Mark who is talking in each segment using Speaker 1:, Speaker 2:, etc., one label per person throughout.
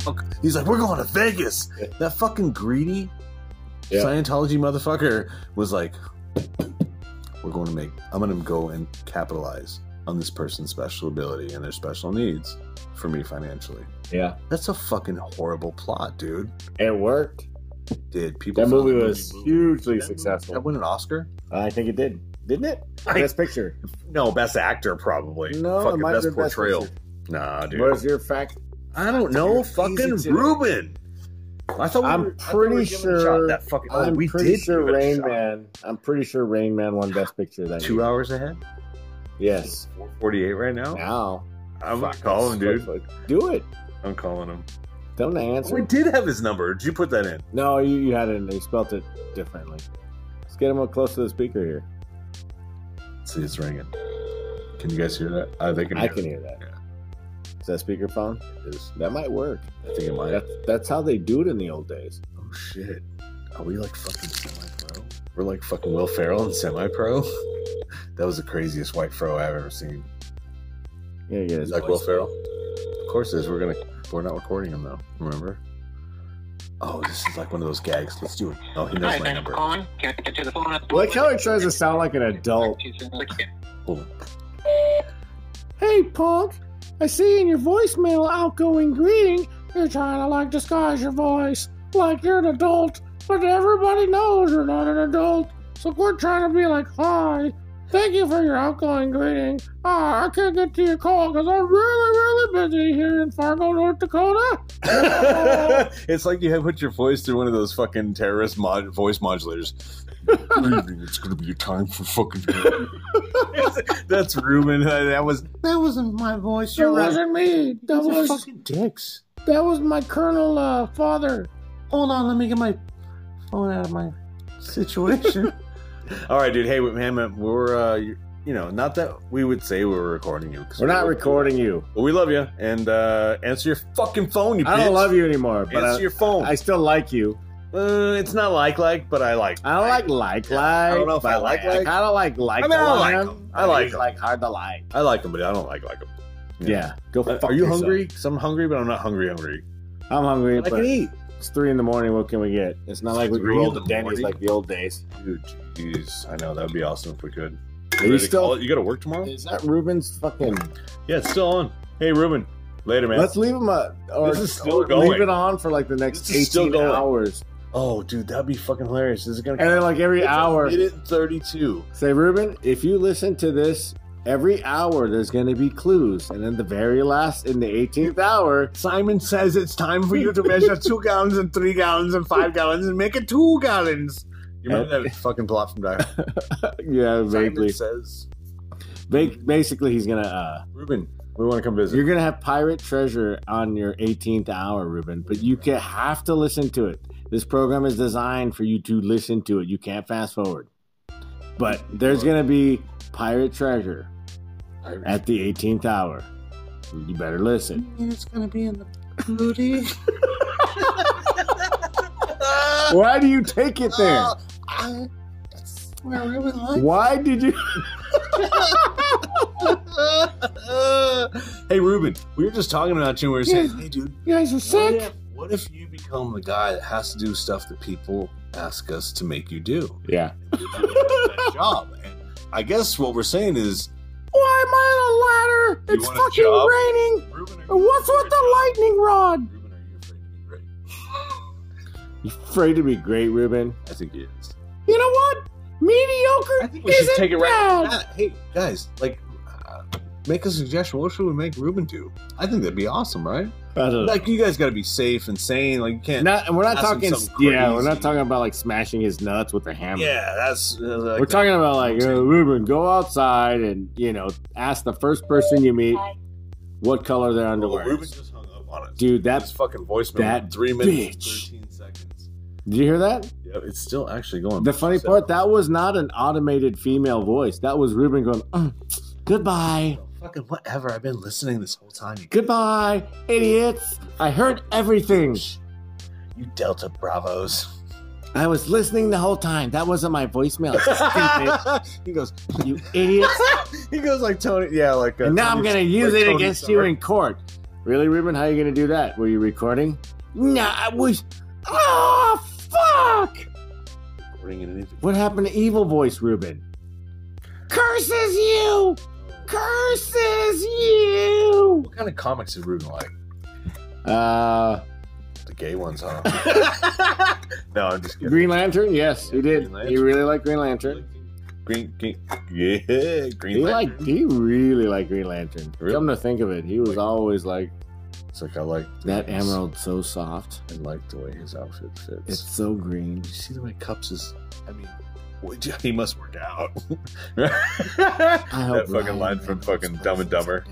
Speaker 1: fuck. He's like, we're going to Vegas. That fucking greedy
Speaker 2: Yeah.
Speaker 1: Scientology motherfucker was like, we're going to make, I'm going to go and capitalize on this person's special ability and their special needs for me financially.
Speaker 2: Yeah.
Speaker 1: That's a fucking horrible plot, dude.
Speaker 2: It worked.
Speaker 1: Did people?
Speaker 2: That
Speaker 1: found
Speaker 2: movie
Speaker 1: the
Speaker 2: was
Speaker 1: movie-
Speaker 2: hugely
Speaker 1: that movie- That
Speaker 2: successful.
Speaker 1: win an Oscar?
Speaker 2: I think it did. Didn't it?
Speaker 1: I-
Speaker 2: Best picture.
Speaker 1: No, best actor probably.
Speaker 2: No, it
Speaker 1: fucking
Speaker 2: might have
Speaker 1: best
Speaker 2: been best
Speaker 1: portrayal.
Speaker 2: picture.
Speaker 1: nah, dude.
Speaker 2: Where's your fact?
Speaker 1: I don't know.
Speaker 2: You're crazy
Speaker 1: Fucking
Speaker 2: today.
Speaker 1: Ruben. I thought we
Speaker 2: I'm
Speaker 1: were, I thought
Speaker 2: pretty
Speaker 1: we were giving it a shot.
Speaker 2: sure-
Speaker 1: that fucking. Oh,
Speaker 2: I'm
Speaker 1: we
Speaker 2: pretty
Speaker 1: did
Speaker 2: sure
Speaker 1: give it a
Speaker 2: Rain
Speaker 1: shot.
Speaker 2: Man. I'm pretty sure Rain Man won Best Picture that
Speaker 1: Two
Speaker 2: year.
Speaker 1: hours ahead.
Speaker 2: Yes.
Speaker 1: Forty-eight right now.
Speaker 2: Now
Speaker 1: I'm
Speaker 2: Fuck,
Speaker 1: calling, dude.
Speaker 2: fuck, fuck. Do it.
Speaker 1: I'm calling him.
Speaker 2: Tell him to
Speaker 1: We
Speaker 2: answer.
Speaker 1: did have his number. Did you put that in?
Speaker 2: No, you, you had it. and They spelt it differently. Let's get him up close to the speaker here.
Speaker 1: See, it's ringing. Can you guys hear that? I think
Speaker 2: I can hear that. Is that speakerphone?
Speaker 1: It is.
Speaker 2: That might work.
Speaker 1: I think it might.
Speaker 2: That's that's how they do it in the old days.
Speaker 1: Oh shit. Are we like fucking semi pro? We're like fucking Will Ferrell and semi pro? that was the craziest white fro I've ever seen.
Speaker 2: Yeah, yeah.
Speaker 1: Is that Will Ferrell? Of course it is. We're gonna we're not recording him though, remember? Oh, this is like one of those gags. Let's do it. Oh, he knows
Speaker 3: Hi,
Speaker 1: my
Speaker 3: thanks for
Speaker 1: number.
Speaker 3: calling. Can I get to the phone?
Speaker 2: Like how he tries to sound like an
Speaker 1: Oh.
Speaker 2: adult.
Speaker 1: Hold on.
Speaker 2: Hey, punk! I see in your voicemail outgoing greeting, you're trying to like disguise your voice, like you're an adult, but everybody knows you're not an adult. So quit trying to be like, hi, thank you for your outgoing greeting. Ah, I can't get to your call because I'm really, really busy here in Fargo, North Dakota.
Speaker 1: it's like you have put your voice through one of those fucking terrorist mod- voice modulators. Good evening, it's gonna be a time for fucking. That's Ruben. That was that wasn't my voice.
Speaker 2: That
Speaker 1: You're right.
Speaker 2: wasn't me. That
Speaker 1: Those are
Speaker 2: was
Speaker 1: fucking dicks.
Speaker 2: that was my colonel uh, father.
Speaker 1: Hold on, let me get my phone out of my situation. All right, dude. Hey, man, we're uh, you you know, not that we would say we were recording you. 'cause
Speaker 2: We're not
Speaker 1: we-
Speaker 2: recording you.
Speaker 1: but we love you. And uh, answer your fucking phone, you.
Speaker 2: I don't
Speaker 1: bitch.
Speaker 2: love you anymore, but
Speaker 1: Answer
Speaker 2: I,
Speaker 1: your phone.
Speaker 2: I still like you.
Speaker 1: Uh, it's not like like, but I like.
Speaker 2: I don't like like like.
Speaker 1: I don't know if I
Speaker 2: but
Speaker 1: like like.
Speaker 2: I don't like like.
Speaker 1: I mean, I
Speaker 2: a lot.
Speaker 1: like 'em. I like 'em.
Speaker 2: like hard to like.
Speaker 1: I like them, but I don't like like them.
Speaker 2: Yeah, go.
Speaker 1: Uh,
Speaker 2: fuck
Speaker 1: are you
Speaker 2: yourself.
Speaker 1: hungry? Cause I'm hungry, but I'm not hungry. Hungry.
Speaker 2: I'm hungry.
Speaker 1: I can
Speaker 2: But
Speaker 1: eat.
Speaker 2: it's three in the morning. What can we get? It's not like we
Speaker 1: Three
Speaker 2: rolled
Speaker 1: in
Speaker 2: to
Speaker 1: the
Speaker 2: Denny's
Speaker 1: morning?
Speaker 2: like the old days.
Speaker 1: Dude, jeez, I know that would be awesome if we could.
Speaker 2: Are you
Speaker 1: Ready to call
Speaker 2: still?
Speaker 1: it? You got to work tomorrow.
Speaker 2: Is that Ruben's fucking?
Speaker 1: Yeah, it's still on. Hey, Ruben. Later, man.
Speaker 2: Let's leave him a. Or
Speaker 1: This is still
Speaker 2: or Leave
Speaker 1: going.
Speaker 2: it on for like the next
Speaker 1: This is still
Speaker 2: eighteen
Speaker 1: going.
Speaker 2: hours,
Speaker 1: Oh, dude, that'd be fucking hilarious. Is it gonna?
Speaker 2: and then like every
Speaker 1: It's a
Speaker 2: hour,
Speaker 1: minute and thirty-two.
Speaker 2: say Ruben, if you listen to this. Every hour, there's going to be clues, and then the very last, in the 18th hour,
Speaker 1: Simon says it's time for you to measure two gallons and three gallons and five gallons and make it two gallons. You remember that fucking plot from Dire?
Speaker 2: yeah,
Speaker 1: Simon
Speaker 2: vaguely,
Speaker 1: says,
Speaker 2: Ba- basically, he's gonna uh,
Speaker 1: Ruben, we want to come visit.
Speaker 2: you're gonna have pirate treasure on your 18th hour, Ruben. But you can have to listen to it. This program is designed for you to listen to it. You can't fast forward. But there's gonna be pirate treasure at the 18th hour. You better listen.
Speaker 1: It's gonna be in the booty.
Speaker 2: Why do you take it there?
Speaker 1: I, that's where Ruben likes.
Speaker 2: Why did you?
Speaker 1: hey, Ruben, we were just talking about you. and We were saying, hey, dude,
Speaker 2: You guys are
Speaker 1: what if, what if you become the guy that has to do stuff that people ask us to make you do?
Speaker 2: Yeah.
Speaker 1: That job. And I guess what we're saying is,
Speaker 2: Why am I on a ladder?
Speaker 1: You
Speaker 2: It's
Speaker 1: want a
Speaker 2: fucking
Speaker 1: job?
Speaker 2: raining.
Speaker 1: Ruben, are you
Speaker 2: What's
Speaker 1: afraid
Speaker 2: with the lightning rod?
Speaker 1: Ruben, are you afraid to be great?
Speaker 2: You afraid to be great, Ruben?
Speaker 1: I think he is.
Speaker 2: You know what? Mediocre
Speaker 1: I think we
Speaker 2: isn't
Speaker 1: should take it right.
Speaker 2: bad.
Speaker 1: Ah, hey guys, like, uh, make a suggestion. What should we make Ruben do? I think that'd be awesome, right?
Speaker 2: I don't know.
Speaker 1: Like, you guys got to be safe and sane. Like, you can't.
Speaker 2: Not, and we're not
Speaker 1: That's
Speaker 2: talking.
Speaker 1: something
Speaker 2: Yeah, we're
Speaker 1: crazy.
Speaker 2: not talking about like smashing his nuts with a hammer.
Speaker 1: yeah, that's. Uh, like
Speaker 2: we're
Speaker 1: that.
Speaker 2: talking about like
Speaker 1: That's what I'm
Speaker 2: uh,
Speaker 1: saying.
Speaker 2: Ruben, go outside and you know ask the first person you meet what color their
Speaker 1: Well,
Speaker 2: underwear.
Speaker 1: Oh, Ruben
Speaker 2: is.
Speaker 1: just hung up on us.
Speaker 2: Dude,
Speaker 1: That's
Speaker 2: that's
Speaker 1: fucking voicemail.
Speaker 2: that
Speaker 1: three minutes, and
Speaker 2: bitch.
Speaker 1: thirteen seconds.
Speaker 2: did you hear that?
Speaker 1: Yeah, it's still actually going.
Speaker 2: The funny
Speaker 1: So-
Speaker 2: part that was not an automated female voice. That was Ruben going, "Mm, goodbye,
Speaker 1: Fucking whatever. I've been listening this whole time. You,
Speaker 2: goodbye, idiots. I heard everything.
Speaker 1: you Delta Bravos.
Speaker 2: I was listening the whole time. That wasn't my voicemail. Stupid,
Speaker 1: he goes.
Speaker 2: you idiots.
Speaker 1: he goes like Tony. Yeah, like. Uh,
Speaker 2: and now I'm
Speaker 1: Tony-
Speaker 2: going to use
Speaker 1: like
Speaker 2: it
Speaker 1: Tony
Speaker 2: against
Speaker 1: Stark.
Speaker 2: you in court.
Speaker 3: Really, Ruben? How are you going to do that? Were you recording? Nah, I was. Oh, fuck!
Speaker 1: Recording and anything.
Speaker 3: What happened to evil voice, Ruben? Curses you! Curses you!
Speaker 1: What kind of comics did Ruben like?
Speaker 3: Uh,
Speaker 1: The gay ones, huh? no, I'm just kidding.
Speaker 3: Green Lantern? Yes, he did.
Speaker 1: Green
Speaker 3: He
Speaker 1: Lantern.
Speaker 3: really liked Green Lantern.
Speaker 1: Green, green, yeah,
Speaker 3: He
Speaker 1: Green Lantern.
Speaker 3: liked. He really liked Green Lantern.
Speaker 1: Really?
Speaker 3: Come to think of it, he was always like
Speaker 1: It's like I like
Speaker 3: that emerald, so soft.
Speaker 1: I like the way his outfit fits.
Speaker 3: It's so green.
Speaker 1: Did you see the way Cups is? I mean, what- he must work out.
Speaker 3: I
Speaker 1: That fucking line from fucking Dumb and Dumber.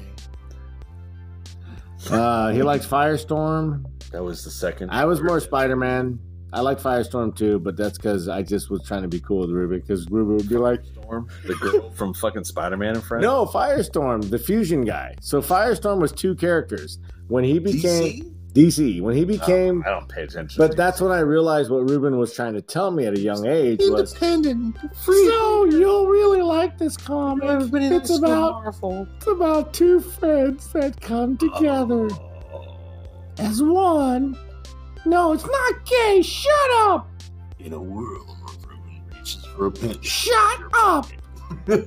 Speaker 3: Uh, he liked Firestorm.
Speaker 1: that was the second.
Speaker 3: I was more Spider Man. I like Firestorm too, but that's because I just was trying to be cool with Ruben. Because Ruben would be like,
Speaker 1: Storm, the girl from fucking Spider Man and Friends.
Speaker 3: "No, Firestorm, the fusion guy." So Firestorm was two characters when he became
Speaker 1: DC?
Speaker 3: DC. when he became,
Speaker 1: I don't pay attention.
Speaker 3: but that's when I realized what Ruben was trying to tell me at a young age was
Speaker 1: independent.
Speaker 2: So you'll really like this comic. it's about
Speaker 1: Marvel
Speaker 2: it's about two friends that come together
Speaker 1: Oh.
Speaker 2: as one. No, it's not gay. Shut up.
Speaker 1: in a world where Ruben reaches for a pinch.
Speaker 2: Shut up. I don't know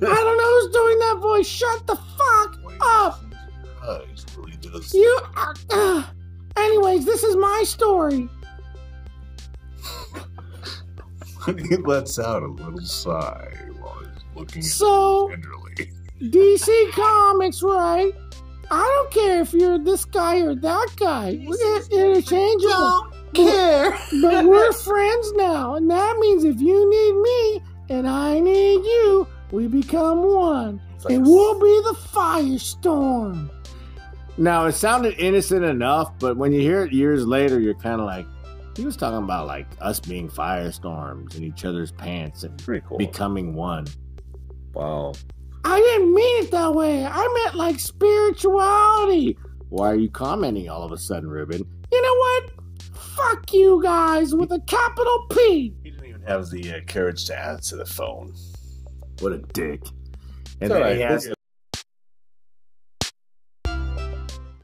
Speaker 2: who's doing that voice. Shut the fuck
Speaker 1: Ah!
Speaker 2: up.
Speaker 1: Eyes really does.
Speaker 2: You are. Uh, anyways, this is my story.
Speaker 1: he lets out a little sigh while he's looking at
Speaker 2: So.
Speaker 1: her tenderly.
Speaker 2: DC Comics, right? I don't care if you're this guy or that guy. We're interchangeable. care. But we're friends now, and that means if you need me and I need you, we become one.
Speaker 1: It's
Speaker 2: And we'll be the firestorm.
Speaker 3: Now it sounded innocent enough, but when you hear it years later, you're kind of like, he was talking about like us being firestorms in each other's pants and
Speaker 1: pretty cool.
Speaker 3: becoming one.
Speaker 1: wow.
Speaker 2: I didn't mean it that way. I meant like spirituality.
Speaker 3: Why are you commenting all of a sudden, Ruben?
Speaker 2: You know what? Fuck you guys with a capital P.
Speaker 1: He didn't even have the uh, courage to answer the phone.
Speaker 3: What a dick!
Speaker 1: It's
Speaker 3: And
Speaker 1: all
Speaker 3: then
Speaker 1: right.
Speaker 3: he has